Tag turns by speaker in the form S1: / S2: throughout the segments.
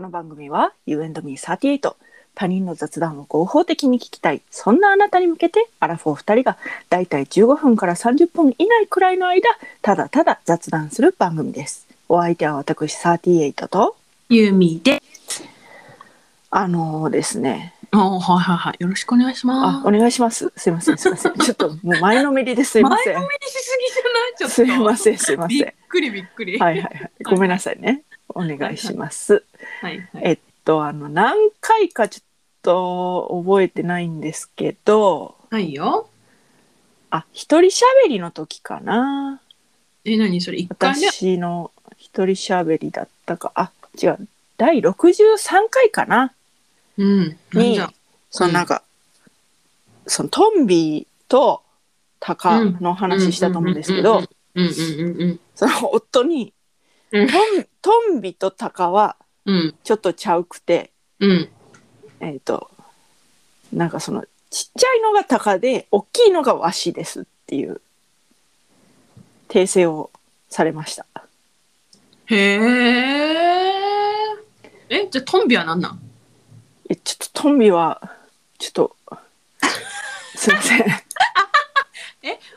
S1: の番組は You and me38 他人の雑談を合法的に聞きたいそんなあなたに向けてアラフォー2人がだいたい15分から30分以内くらいの間ただただ雑談する番組ですお相手は私38と
S2: ユミで。
S1: あのーですね
S2: おはいはいはい。よろしくお願いし
S1: あ
S2: ま
S1: お願いしますすいませんすい ませんちょっともう前のめりですいません
S2: 無理しすぎ
S1: す
S2: じゃないいちょっと。
S1: ませんすいません
S2: びっくりびっくり。
S1: はいはいはいごめんなさいねお願いします
S2: はいはい。
S1: えっとあの何回かちょっと覚えてないんですけど
S2: ないよ。
S1: あ一人しゃべりの時かな
S2: え、何それ一回目。
S1: 私の一人しゃべりだったかあ違う第63回かな
S2: うん。なん
S1: に
S2: じゃ。
S1: そのなんか、そのトンビとタカの話したと思うんですけど、
S2: うんうんうんうん
S1: その夫に、
S2: うん
S1: トントンビとタカは
S2: うん
S1: ちょっとちゃうくて
S2: うん
S1: えっ、となんかそのちっちゃいのがタカで大きいのがワシですっていう訂正をされました
S2: へえ。え、じゃあトンビはなんなん？
S1: えちょっとトンビはちょっと すいません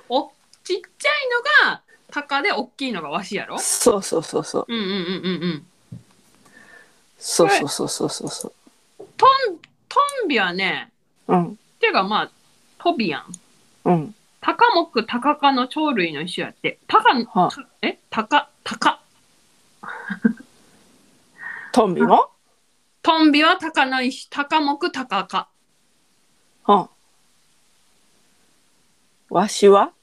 S2: お、ちっちゃいのがタカで大きいのがワシやろ？
S1: そうそうそうそう
S2: うんうんうんうんうん。
S1: そうそうそうそうそうそう
S2: トントンビはね、
S1: うん
S2: ていうかまあトビアン。
S1: うん
S2: タカモクタカ科の鳥類の一種やって。タカ、
S1: はあ
S2: たえタカ、タカ。
S1: トンビも
S2: トンビはタカの一種。タカモクタカ科。
S1: うんワシは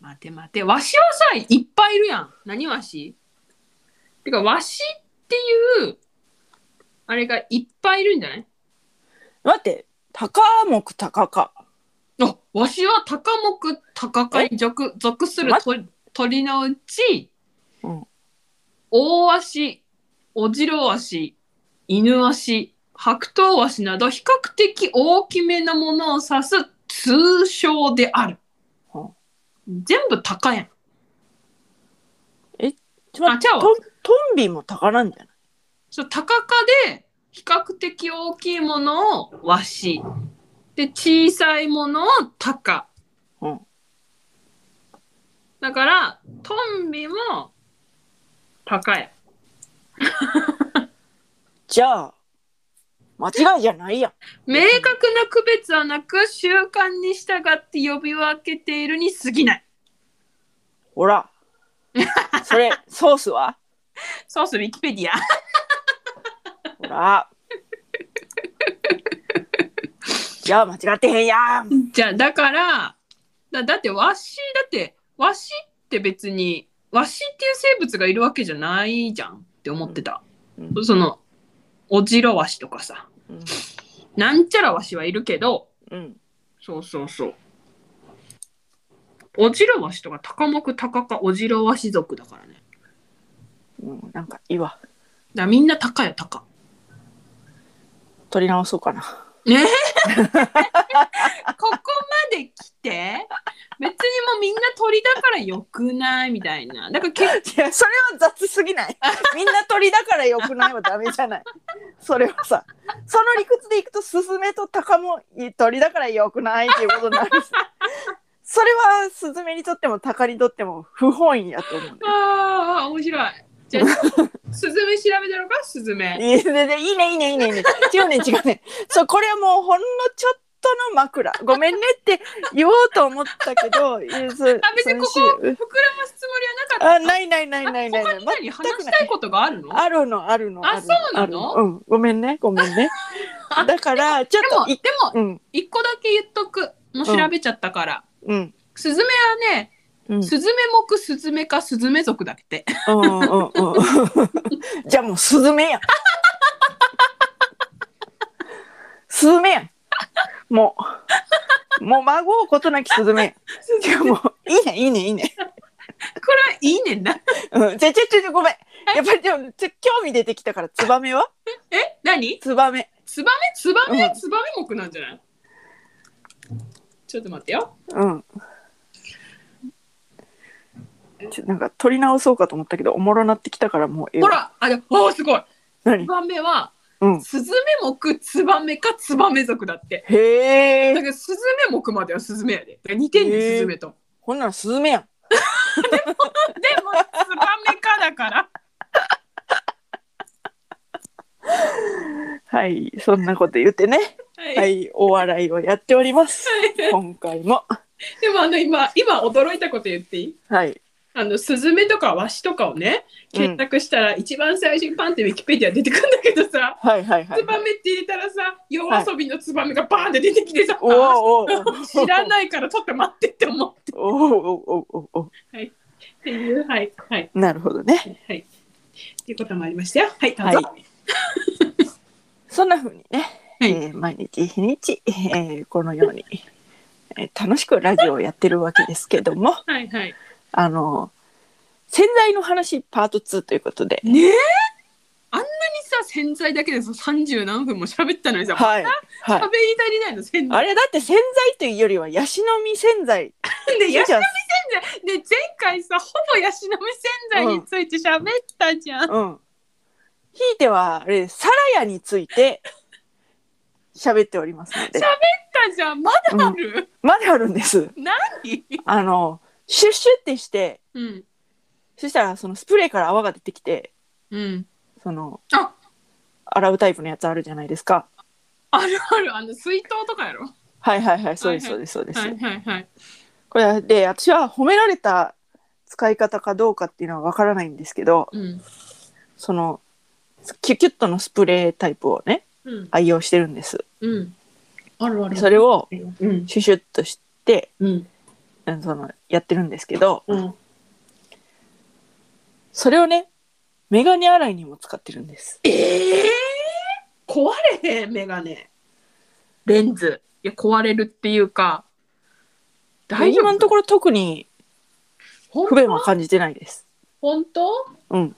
S2: 待て待て。ワシはさ、いっぱいいるやん。何ワシてか、ワシっていう、あれがいっぱいいるんじゃない
S1: 待ってタカモクタカか
S2: あ、ワシはタカモクタカ科に属属する
S1: 待
S2: 鳥鳥のうち、
S1: うん
S2: オオワシ、オジロワシ、イヌワシ、ハクトウワシなど比較的大きめなものを指す通称である。
S1: はあ
S2: 全部タカやん。
S1: ちょっと待って
S2: あ違うわ
S1: トントンビもタカなんじゃない
S2: そうタカ科で比較的大きいものをワシで小さいものをタカ、
S1: うん
S2: だからトンビもタカや
S1: じゃあ間違いじゃないやん
S2: 明確な区別はなく習慣に従って呼び分けているに過ぎない
S1: ほらそれソースは
S2: そうするウィキペディア
S1: ほらじゃあ間違ってへんやん
S2: じゃあだからだだってワシだってワシって別にワシっていう生物がいるわけじゃないじゃんって思ってた、
S1: うん
S2: そのオジロワシとかさ
S1: うん
S2: なんちゃらワシはいるけど
S1: うん
S2: そうそうそうオジロワシとかタカモクタカカオジロワシ族だからねだか
S1: うんなんかいいわ
S2: らみんなタカやタカ
S1: 取り直そうかな
S2: ここまで来 て別にもうみんな鳥だからよくないみたいなだから
S1: い
S2: 結
S1: やそれは雑すぎないみんな鳥だからよくないはダメじゃないそれはさその理屈でいくとスズメとタカも鳥だからよくないっていうことになるしそれはスズメにとってもタカにとっても不本意やと思うんだよ
S2: 構ああ面白いじゃ あスズメ調べたのかスズメ
S1: いいね、いいね、いいね、いいね。いいね違うね、違うね。そう、これはもうほんのちょっとの枕。ごめんねって言おうと思ったけど、いやそう
S2: あ別にここ
S1: その
S2: 膨ら
S1: し
S2: ますつもりはなかった
S1: あ、ないないないないないな
S2: 他
S1: い。
S2: に
S1: ま
S2: 何話したいことがあるの
S1: あるの、あるの。
S2: あ
S1: る
S2: そうなの
S1: あるうん、ごめんね、ごめんね。だから、ちょ
S2: で
S1: っ
S2: も
S1: と
S2: で
S1: い、
S2: も
S1: うん、
S2: 一個だけ言っとくもう調べちゃったから、
S1: うん、
S2: スズメはね、
S1: うん、うん、
S2: スズメ目スズメかスズメ族だって。
S1: うん、 うん。じゃあもう、スズメやん。スズメやん。もう、もう孫をことなきスズメやん。いやもういいねいいねいいね。
S2: これはいいねんな。
S1: うん、ちょちょちょちょごめん。やっぱりでもちょ興味出てきたからツバメは
S2: え、何？
S1: ツバメ。
S2: ツバメ？ツバメ？
S1: うん
S2: ツバメ目なんじゃない？ちょっと待ってよ。
S1: うん。ちょなんか取り直そうかと思ったけどおもろなってきたからもうええ
S2: ほ
S1: わ
S2: ら、あ、で、おーすごい。
S1: 何
S2: ツバメは、
S1: うん。
S2: スズメ目、ツバメかツバメ族だって。
S1: へ
S2: だ
S1: え
S2: か。ら、スズメ目まではスズメやで。だから似てん
S1: へ
S2: ね
S1: ー
S2: ん、スズメと。
S1: ほんならスズメやん。
S2: でも、ツバメかだから。
S1: はい。そんなこと言ってね。
S2: はい
S1: はい。お笑いをやっております。今回も。
S2: でもあの今今驚いたこと言っていい
S1: はい。
S2: あのスズメとかワシとかをね検索したら一番最初にパンってウィキペディア出てくるんだけどさ、
S1: はいはいはい
S2: ツ。バメって入れたらさ夜遊びのツバメがバーンって出てきてさ、
S1: おおおお。
S2: 知らないからちょっと待ってって思う
S1: おおおおおお。
S2: っていうはいはい
S1: なるほどね。
S2: はいっていうこともありましたよはいどうぞ、
S1: そんな風にね、
S2: はい
S1: えー毎日日にち、えーこのように、えー楽しくラジオをやってるわけですけども、
S2: はい、はいはい
S1: あの洗剤の話パート2ということで、
S2: ねえあんなにさ洗剤だけでさ30何分も喋ったのにさ、
S1: はいは
S2: 喋
S1: い。
S2: り足りないの洗剤
S1: あれだって洗剤というよりはヤシの実洗剤。
S2: でや
S1: じゃ
S2: で前回さほぼヤシの実洗剤について喋ったじゃん、
S1: あうん。ひいてはあれサラヤについて喋っておりますので、
S2: たじゃんまだある、
S1: まだあるんです。
S2: 何
S1: あのシュッシュってして、
S2: うん
S1: そしたらそのスプレーから泡が出てきて。
S2: うん
S1: その
S2: あ
S1: 洗うタイプのやつあるじゃないですか。
S2: あるあるあの水筒とかやろは
S1: はいはいはい、そうです、
S2: はい
S1: そう
S2: は
S1: です、そうです。
S2: いはいはい
S1: これで、私は褒められた使い方かどうかっていうのはわからないんですけど、
S2: うん
S1: その、キュキュッとのスプレータイプをね、
S2: うん
S1: 愛用してるんです。
S2: うんあるある
S1: それを
S2: うん
S1: シュシュッとして、
S2: うん
S1: うんその、やってるんですけど、
S2: うん
S1: それをね、メガネ洗いにも使ってるんです。
S2: ええー、壊れへんメガネレンズいや壊れるっていうか大丈夫
S1: 今のところ特に
S2: ほん
S1: 不便は感じてないです。
S2: 本当
S1: うん、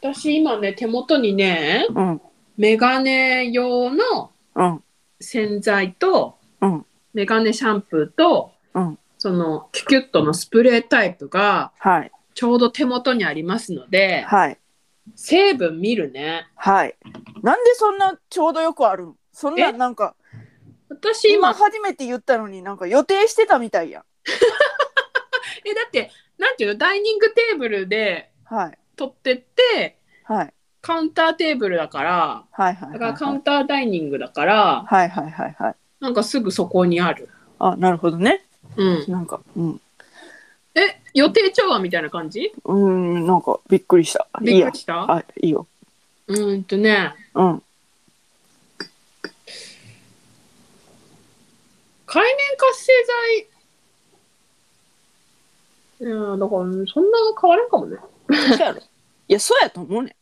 S2: 私今ね手元にね
S1: うん、
S2: メガネ用の
S1: うん、
S2: 洗剤と、
S1: うん
S2: メガネシャンプーと、
S1: うん
S2: そのキュキュットのスプレータイプが
S1: はい、
S2: ちょうど手元にありますので、
S1: はい、
S2: 成分見るね
S1: はい。なんでそんなちょうどよくあるのそんな、
S2: え
S1: なんか、
S2: 私
S1: 今
S2: 今
S1: 初めて言ったのになんか予定してたみたいやん
S2: えだってなんていうのダイニングテーブルで
S1: はい
S2: 取ってって
S1: はい
S2: カウンターテーブルだから
S1: はいはいは
S2: だか
S1: い
S2: らカ
S1: は
S2: ウ
S1: い
S2: ンターダイニングだから
S1: はいはいはいはい
S2: なんかすぐそこにある、
S1: あなるほどね
S2: うん、
S1: なんかうん
S2: え予定調和みたいな感じ
S1: うーんなんかびっくりしたい
S2: び
S1: い
S2: っく
S1: や
S2: りした
S1: あいいよ
S2: うーんとね
S1: うん
S2: 界面活性剤いやだからうんそんな変わらんかもね
S1: そうやろいやそうやと 思うね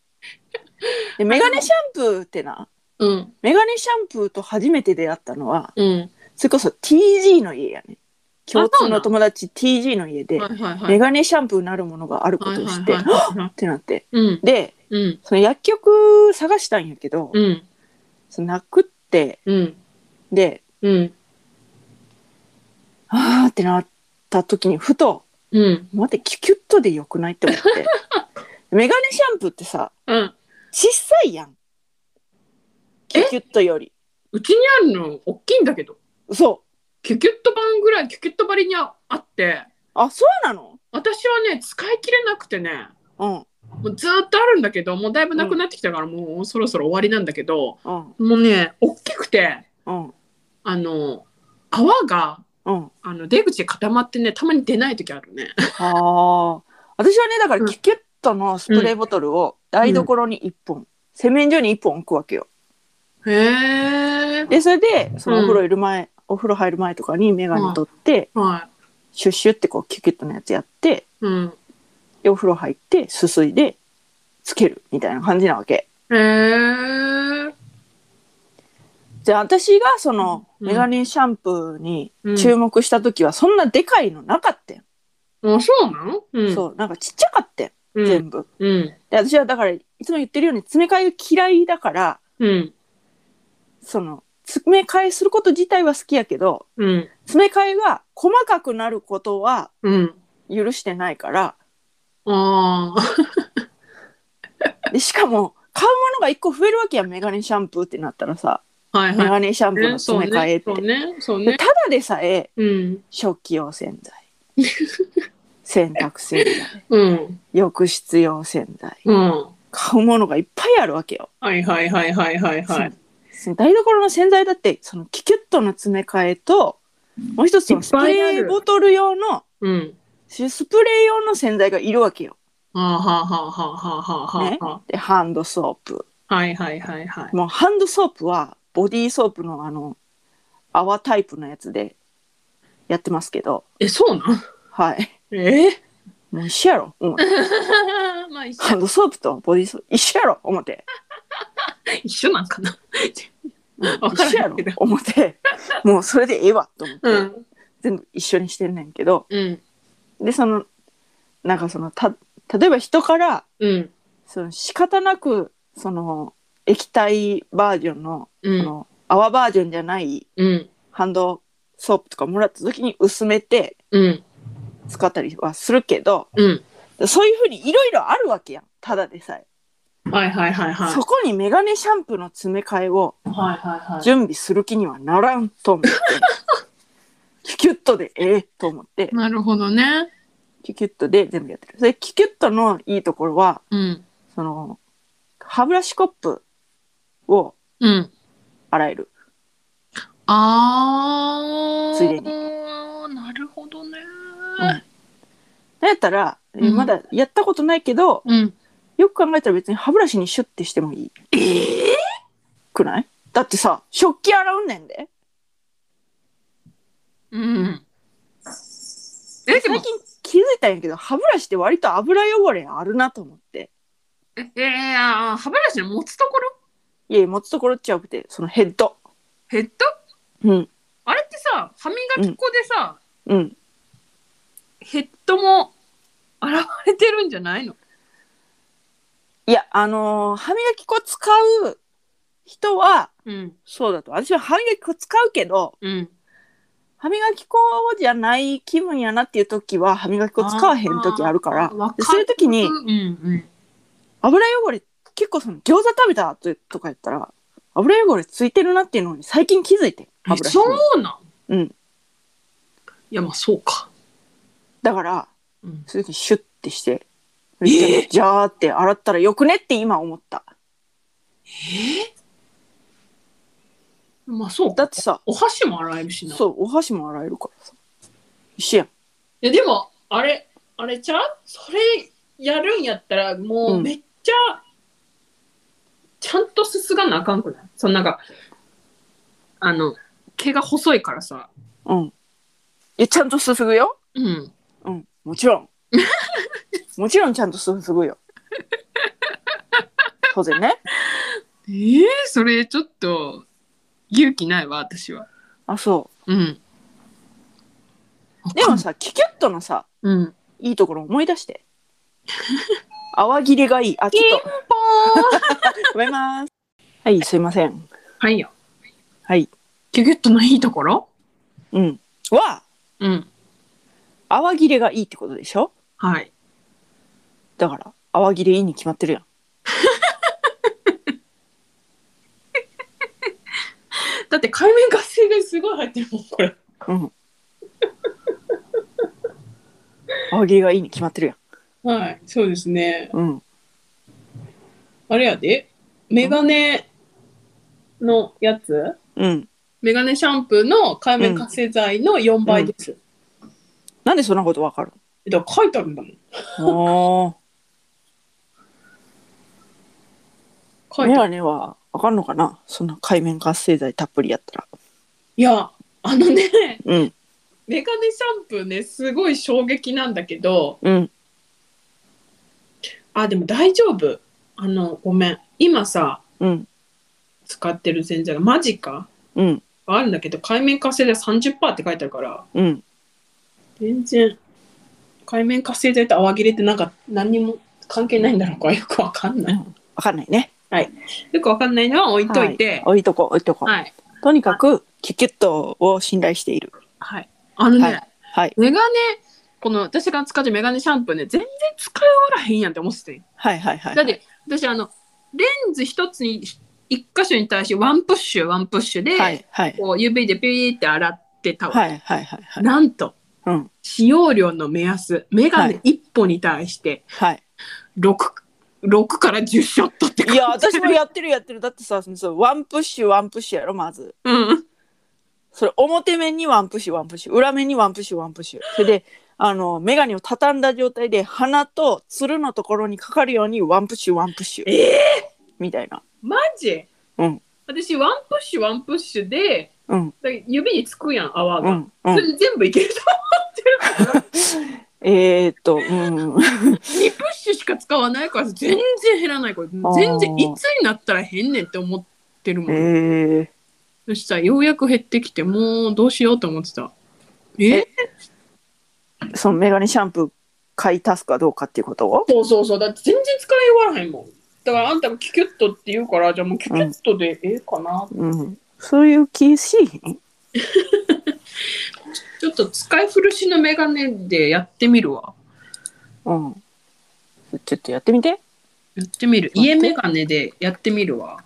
S1: でメガネシャンプーってな
S2: うん
S1: メガネシャンプーと初めて出会ったのは
S2: うん
S1: それこそ TG の家やね共
S2: あそ
S1: 通
S2: うな
S1: の
S2: ん
S1: 友達 TG の家で
S2: はいはいは
S1: メ
S2: い
S1: ガネシャンプーなるものがあるこ
S2: はい
S1: とを
S2: は
S1: 知っ
S2: い
S1: て
S2: はい
S1: はっ
S2: は
S1: ってなって
S2: いうん
S1: で
S2: うん
S1: その薬局探したんやけど
S2: うん
S1: そのなくって
S2: うん
S1: で
S2: うん
S1: あーってなった時にふと
S2: うん
S1: 待ってキュキュッとでよくないって思って メガネシャンプーってさ
S2: うん
S1: 小さいやんキュキュッとより
S2: うちにあるの大きいんだけど
S1: そう
S2: キュキュット版ぐらいキュキュットばりにああって
S1: あそうなの
S2: 私はね使い切れなくてね
S1: うん
S2: もうずーっとあるんだけどもうだいぶなくなってきたから、もうそろそろ終わりなんだけど
S1: うん
S2: もうね大きくて
S1: うん
S2: あの泡が
S1: うん
S2: あの出口で固まってねたまに出ない時あるね。
S1: あー私はねだか
S2: う
S1: ら
S2: ん
S1: キュキュッとのスプレーボトルを台所に1本、洗面所に1本置くわけよ
S2: へえ。
S1: でそれでその
S2: う
S1: お
S2: ん
S1: 風呂いる前、お風呂入る前とかにメガネ取って、
S2: は
S1: シュッシュってこうキュキュッとのやつやって
S2: い。うん。
S1: でお風呂入ってすすいでつけるみたいな感じなわけ
S2: へえ。
S1: じゃあ私がその
S2: うん
S1: メガネシャンプーに
S2: うん
S1: 注目した時はそんなでかいのなかったよ、
S2: あ、そうなん？うん。
S1: そうなんかちっちゃかったよ、
S2: うん。
S1: 全部
S2: うん。
S1: で私はだからいつも言ってるように詰め替えが嫌いだから
S2: うん。
S1: その詰め替えすること自体は好きやけど
S2: うん。
S1: 詰め替えが細かくなることは
S2: うん。
S1: 許してないから
S2: ああ。
S1: でしかも買うものが一個増えるわけやんメガネシャンプーってなったらさ、
S2: はい
S1: メ
S2: は
S1: ガネシャン
S2: い。
S1: プーの
S2: ね、そう
S1: 詰め替えっ
S2: ね。
S1: て、
S2: そうね。そう
S1: で
S2: ね。
S1: ただでさえ
S2: うん。
S1: 食器用洗剤洗濯洗剤
S2: うん。
S1: 浴室用洗剤
S2: うん。
S1: 買うものがいっぱいあるわけよ。
S2: はいはいはいはいはいはい。
S1: その台所の洗剤だってそのキキュットの詰め替えともう一つその
S2: いっ
S1: スプ
S2: ぱいある
S1: レーボトル用の
S2: うん。
S1: スプレー用の洗剤がいるわけよ。
S2: はあはあはあはあはあはあはあ。
S1: でハンドソープ
S2: はいはいはいはい。
S1: もうハンドソープはボディーソープのあの泡タイプのやつでやってますけど
S2: え、そうなん
S1: はい
S2: え
S1: もう一緒やろ思って
S2: まあ一緒
S1: ハンドソープとボディーソープ一緒やろ思って、
S2: 一緒なんかな。
S1: うん
S2: わから
S1: 一緒や
S2: へん
S1: ろ
S2: けど
S1: 思ってもうそれでええわと思って、
S2: うん。
S1: 全部一緒にしてんねんけど
S2: うん。
S1: でそのなんかそのた例えば人から
S2: うん。
S1: その仕方なくその液体バージョンの,、
S2: う
S1: そ
S2: ん。
S1: の泡バージョンじゃない
S2: うん。
S1: ハンドソープとかもらった時に薄めて
S2: うん。
S1: 使ったりはするけど
S2: うん。
S1: そういうふうにいろいろあるわけやんただでさえ、
S2: はいはいはいはい。
S1: そこにメガネシャンプーの詰め替えを
S2: はいはいはい。
S1: 準備する気にはならんと思って、キュキュットでええと思って
S2: なるほどね。
S1: キュキュットで全部やってるそれキュキュットのいいところは
S2: うん。
S1: その歯ブラシコップを
S2: うん。
S1: 洗える
S2: あー。
S1: ついでに
S2: なるほどね。
S1: なんやったら、えー
S2: うん
S1: まだやったことないけど、
S2: うん。
S1: よく考えたら別に歯ブラシにシュッてしてもいい
S2: えー、
S1: くないだってさ、食器洗うねんで。
S2: うん。え、で
S1: 最
S2: も、
S1: 近気づいたんやけど、歯ブラシって割と油汚れあるなと思って。
S2: ええー、あー歯ブラシの持つところ
S1: いやいや、持つところちゃうくて、そのヘッド。
S2: ヘッド
S1: うん。
S2: あれってさ、歯磨き粉でさ、
S1: うん。
S2: ヘッドも洗われてるんじゃないの
S1: いや、あのー歯磨き粉使う人は、
S2: うん。
S1: そうだと。私は歯磨き粉使うけど、
S2: うん。
S1: 歯磨き粉じゃない気分やなっていう時は、歯磨き粉使わへん時あるから、
S2: あーわか
S1: で
S2: る
S1: そういう時に、
S2: うんうん。
S1: 油汚れ結構その餃子食べたととか言ったら油汚れついてるなっていうのに最近気づいて
S2: え
S1: 油
S2: そ
S1: に
S2: うなん
S1: うん。
S2: いや、まあそうか。
S1: だから
S2: うん、
S1: そういう時シュッてして
S2: えー
S1: ジャーって洗ったらよくねって今思った
S2: えー、まあそう
S1: だ
S2: か
S1: っ。てさ
S2: お箸も洗えるしな。
S1: そうお箸も洗えるからさ一緒やん
S2: いやでもあれあれちゃうそれやるんやったらもううんめっちゃ、ちゃんとすすがなあかんくないそのなんかあの毛が細いからさ
S1: うんいやちゃんとすすぐよ
S2: うん
S1: うんもちろ んもちろんちゃんとすすぐよ当然ね
S2: えー、それちょっと勇気ないわ私は
S1: あそ
S2: うん
S1: うでも さキュキュットのさ
S2: うん
S1: いいところ思い出して 泡切れがいいあちょっと
S2: ポーン
S1: ごめんます。はい、すいません。
S2: はいよ
S1: はい。
S2: キュキュットのいいところ
S1: うん。は、
S2: うん
S1: 泡切れがいいってことでしょ
S2: はい
S1: だから、泡切れいいに決まってるやん。
S2: だって海面活性がすごい入ってるもんこれ
S1: うん。泡切れがいいに決まってるや
S2: はいそうですね
S1: ん。うん。
S2: あれやで、メガネのやつ、
S1: うん。
S2: メガネシャンプーの海面活性剤の4倍です。
S1: なんでそんなことわ かる
S2: だから書いてあるんだもん。
S1: のお
S2: 書
S1: ー。
S2: い
S1: メ
S2: てある。
S1: ガネはわかんのかなそんな海面活性剤たっぷりやったら。
S2: いや、あのね、
S1: うん。
S2: メガネシャンプーね、すごい衝撃なんだけど、
S1: うん。
S2: あ、でも大丈夫。あの、ごめん。今さ、
S1: うん。
S2: 使ってる洗剤がマジか
S1: うん。
S2: あるんだけど、海面活性剤30%って書いてあるから、
S1: うん。
S2: 全然、海面活性剤と泡切れってなんか何にも関係ないんだろうかよ くわかんない。
S1: わかんないね。
S2: よくわかんないのは置いといて、
S1: は置いとこう、置いとこう。
S2: はい。
S1: とにかく、キュキュットを信頼している。
S2: はい。あのね、
S1: はいはい。
S2: メガネ、この私が使ってるメガネシャンプーね、全然使い終わらへんやんって思ってて。
S1: はいはいはい。
S2: だって、私、あの、レンズ一つに、一箇所に対してワンプッシュ、ワンプッシュで、
S1: はいはい
S2: こう指でピーって洗ってたわ。
S1: はいはいはいはい
S2: なんと、
S1: うん
S2: 使用量の目安、メガ
S1: は
S2: ネ一本に対して
S1: はい
S2: 6、六から10ショットって感
S1: い
S2: じ
S1: や私もやってるやってるだってさそのワンプッシュワンプッシュやろまず
S2: うん。
S1: それ表面にワンプッシュワンプッシュ裏面にワンプッシュワンプッシュそれであの眼鏡を畳んだ状態で鼻とつるのところにかかるようにワンプッシュワンプッシュ
S2: ええ
S1: みたいな
S2: マジ
S1: うん
S2: 私、ワンプッシュ、ワンプッシュで、
S1: うん
S2: だから指につくやん、泡
S1: う
S2: が。
S1: んう
S2: そ
S1: ん
S2: れ全部いけると思ってる。
S1: えー、っとうん
S2: 2プッシュしか使わないから全然減らないこれ
S1: あー
S2: 全然いつになったら減んねんって思ってるもん、
S1: えー、
S2: そしたらようやく減ってきてもうどうしようと思ってたえ
S1: そのメガネシャンプー買い足すかどうかっていうことを
S2: そうそうそうだって全然使い終わらへんもんだからあんたがキュキュットって言うからじゃあもうキュキュットでええかな、
S1: うんそういう気しへん
S2: ちょっと使い古しのメガネでやってみるわ
S1: うんちょっとやってみて
S2: やってみる
S1: 待って
S2: 家メガネでやってみるわ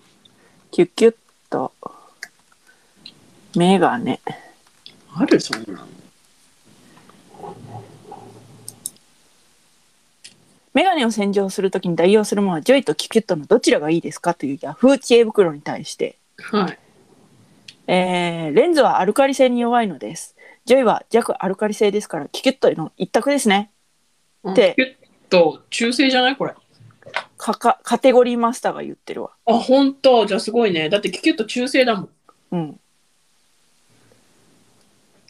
S1: キュッキュッとメガネ
S2: あるそんなの
S1: メガネを洗浄するときに代用するものはジョイとキュキュットのどちらがいいですかというヤフー知恵袋に対して、
S2: はい
S1: えーレンズはアルカリ性に弱いのです。ジョイは弱アルカリ性ですからキュキュットの一択ですね。
S2: うんキ
S1: で
S2: ュキュット中性じゃないこれ
S1: かかカテゴリーマスターが言ってるわ。
S2: あ本当じゃあすごいねだってキュキュット中性だもん
S1: うん。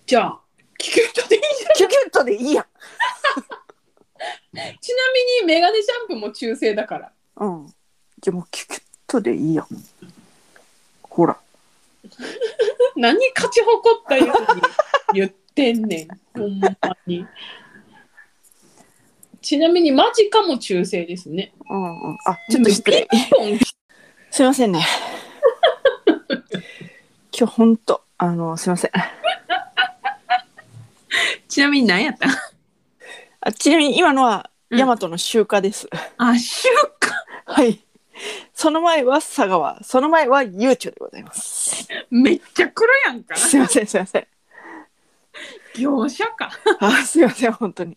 S2: じゃあ、キュキュットでいいじ
S1: キュキュットでいいやん。
S2: ゃん。ちなみにメガネシャンプーも中性だから。
S1: うん。じゃあもうキュキュットでいいやん。ほら。
S2: 何勝ち誇ったように言ってんね ん。ほんまに。ちなみにマジかも中性ですね。
S1: うんうん。あ、ちょっと失礼。
S2: ピンポン
S1: すいませんね。今日ほんと、あの、すいません。
S2: ちなみに何やった
S1: あちなみに今のは、
S2: うん
S1: ヤマトの集荷です。
S2: あ、週刊。
S1: はい。その前は佐川、その前はゆうちょでございます。
S2: めっちゃ黒やんか。
S1: すいません、すいません。
S2: 業者か。
S1: あ、すいません、本当に。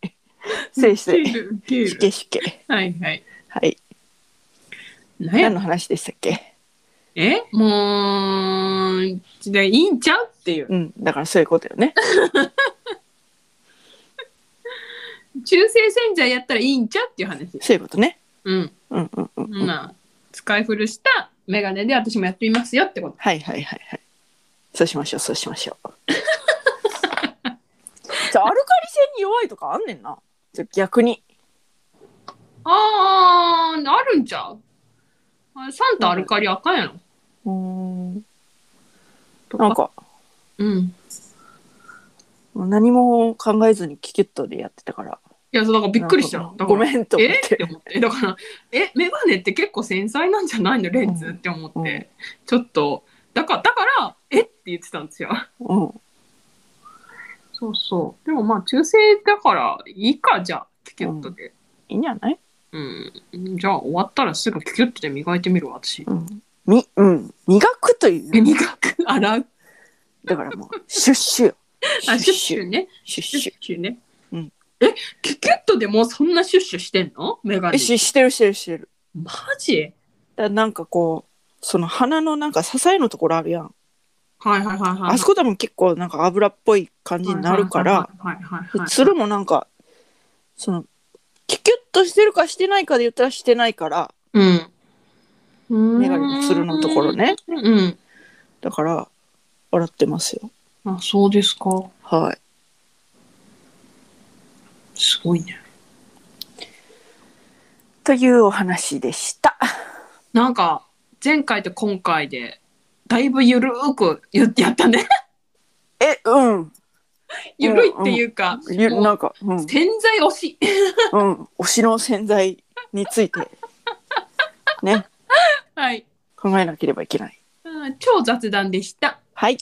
S1: 失礼して。
S2: ウケる
S1: し
S2: ウケ
S1: け
S2: る
S1: しけ。
S2: はいはい。
S1: はい。
S2: 何や
S1: 何の話でしたっけ。
S2: えもう、でいいんちゃうっていう。
S1: うん、だからそういうことよね。
S2: 中性洗剤やったらいいんちゃうっていう話。
S1: そういうことね。
S2: うん。
S1: うんうんうんうん。
S2: まあ、使い古したメガネで私もやってみますよってこと。
S1: はいはいはいはい。そうしましょう、そうしましょ う。じゃあアルカリ性に弱いとかあんねんな。じゃあ逆に。
S2: あー、あるんちゃうあれサンタアルカリあかんやろ。
S1: うーん。
S2: と
S1: なん
S2: か。
S1: か
S2: うん。
S1: 何も考えずにキュキュットでやってたから。
S2: いや、そうだからびっくりした。
S1: なん
S2: だ
S1: か
S2: から
S1: ごめんと思っ
S2: えってて。思って。だから、え、メガネって結構繊細なんじゃないのレンズって思って。
S1: うん
S2: ちょっと、だから、だから、えって言ってたんですよ。
S1: うん。
S2: そうそう。でもまあ、中性だから、いいか、じゃあ、キュキュットで。
S1: いいんじゃない
S2: うん。じゃあ、終わったらすぐキュキュットで磨いてみるわ、 私。
S1: うんみ、うん、磨くという
S2: え、磨く、洗う。
S1: だからもう、シュッシュよ。
S2: あ、シュッシュね。
S1: シュッ
S2: シュ
S1: シ
S2: ッシュね。
S1: うん
S2: え、キュキュットでもうそんなシュッシュしてんのメガ
S1: ュ。え、
S2: ネ。
S1: し、してるしてるしてる。
S2: マジ
S1: だからなんかこう、その鼻のなんか支えのところあるやん。
S2: はいはいはいはい。
S1: あそこ多分結構なんか油っぽい感じになるから、
S2: はいはいはいはい、
S1: つるもなんか、その、キュキュッとしてるかしてないかで言ったらしてないから、
S2: うん。
S1: メガネのつるのところね。
S2: うん。
S1: だから、笑ってますよ。
S2: あ、そうですか。
S1: はい。
S2: すごいね。
S1: というお話でした。
S2: なんか、前回と今回で、だいぶゆるーくややったね。
S1: え、うん。
S2: ゆるいっていうか、
S1: ゆ
S2: もう
S1: なんか、うん。
S2: 潜在推し。
S1: うん、推しの洗剤についてね
S2: はい。
S1: 考えなければいけない。
S2: うん超雑談でした。
S1: はい、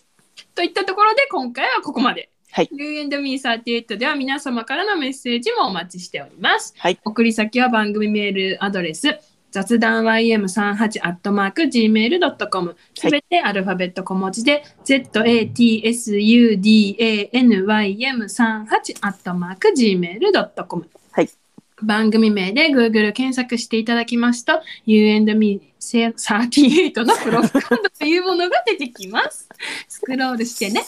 S2: といったところで今回はここまで。
S1: はい
S2: ユーエンドミー38では皆様からのメッセージもお待ちしております。
S1: はい
S2: 送り先は番組メールアドレス雑談 ym38 アットマーク gmail.com すべてアルファベット小文字で、zatsudanym38 アットマーク gmail.com
S1: はい
S2: 番組名で Google 検索していただきますと U&Me38 のプロフカンドというものが出てきます。スクロールしてね。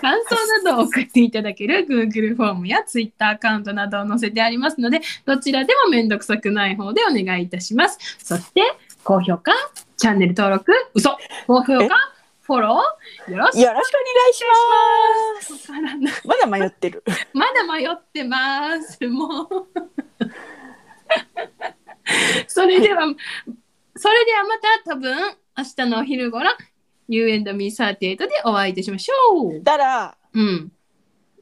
S2: 感想などを送っていただける Google フォームや Twitter アカウントなどを載せてありますので、どちらでもめんどくさくない方でお願いいたします。そして、高評価、チャンネル登録、嘘、高評
S1: え
S2: 価、フォロー、よろしく
S1: よろしくお願いします。
S2: お願いします。
S1: まだ迷ってる。
S2: まだ迷ってます。もう。それでは、それではまた多分明日のお昼ごろ You and me38 でお会いいたしましょう。
S1: たら、
S2: うん。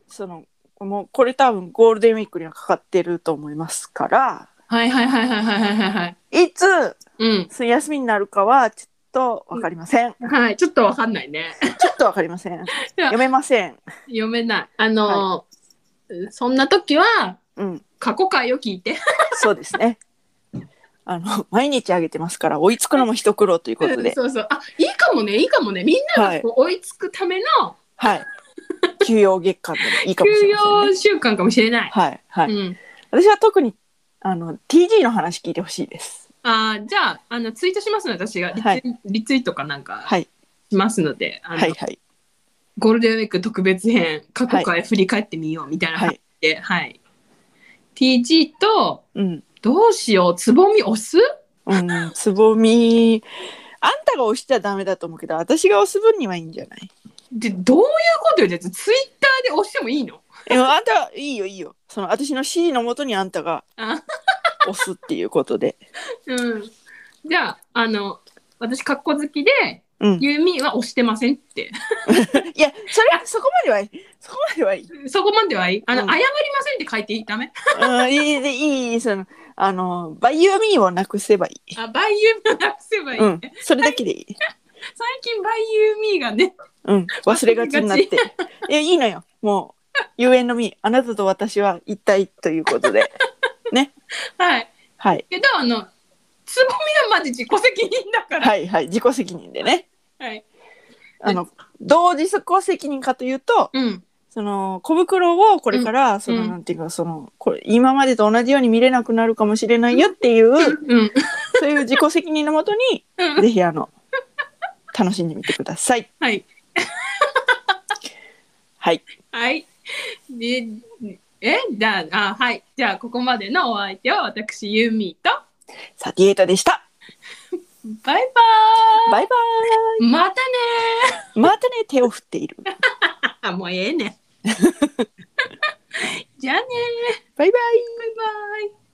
S1: その、もうこれ多分ゴールデンウィークにはかかってると思いますから、
S2: はいはいはいはいはいはいはい。
S1: いつ
S2: うん。
S1: その休みになるかはちょっとわかりませ ん。
S2: はい。ちょっとわかんないね。
S1: ちょっとわかりません。読めません。
S2: 読めない。あのー、そんな時は
S1: うん、
S2: 過去回を聞いて。
S1: そうですね。あの毎日あげてますから追いつくのも一苦労ということで、
S2: そうそう。あ、いいかもね、いいかもね。みんな
S1: はい
S2: がこう追いつくための
S1: はい。休養月間でもいいかもし
S2: 休
S1: れません、ね。
S2: 養習慣かもしれない。
S1: はいはい。
S2: うん。
S1: 私は特にあの TG の話聞いてほしいです。
S2: あーじゃああのツイートしますので私がリツ,、
S1: はい
S2: リツイートかなんか
S1: はい
S2: しますので、あの
S1: はいはい
S2: ゴールデンウィーク特別編過去回振り返ってみようみたいな
S1: は
S2: 感じ
S1: い。
S2: で、はい TG と
S1: うん
S2: どうしようつぼみ押す
S1: うん。つぼみ。あんたが押しちゃダメだと思うけど、私が押す分にはいいんじゃない。
S2: でどういうことよじゃあツイッターで押してもいいの
S1: でもあんたいいよいいよ。その私の指示のもとにあんたが
S2: あ、
S1: 押すっていうことで。
S2: うん、じゃああの私格好好きで
S1: うん。
S2: ユーミンは押してませんって
S1: いや、それ、 そこまではいい。そこまではいい。
S2: そこまではいいあの、
S1: うん
S2: 謝りませんって書いていいダメ
S1: うん、いいで、いい、いい、その、あの、バイユーミーをなくせばいい。
S2: あバイユーミーをなくせばいい、
S1: うん、それだけでいい。
S2: 最近バイユーミーがね
S1: うん、忘れがちになって。いや、いいのよ。もう、遊園のみ、あなたと私は一体ということで。
S2: はい
S1: はい、
S2: けどあのつぼみはマジ自己責任だから、
S1: はい、はい、自己責任でね。
S2: はい
S1: あの、どう自己責任かというと、
S2: うん、
S1: その小袋をこれから、その
S2: うん
S1: なんていうか、その、これ、今までと同じように見れなくなるかもしれないよっていう。
S2: うん、
S1: そういう自己責任のもとに、
S2: うん
S1: ぜひあの、楽しんでみてください。
S2: はい
S1: はい。
S2: はいでえじゃああはいじゃあここまでのお相手は私ユーミーと
S1: サティエイトでした。
S2: バイ
S1: バイバ
S2: バーイまたね
S1: イ。またね、手を振っている。
S2: ーあもうええねじゃあね
S1: バイバイ。
S2: ーバイバイ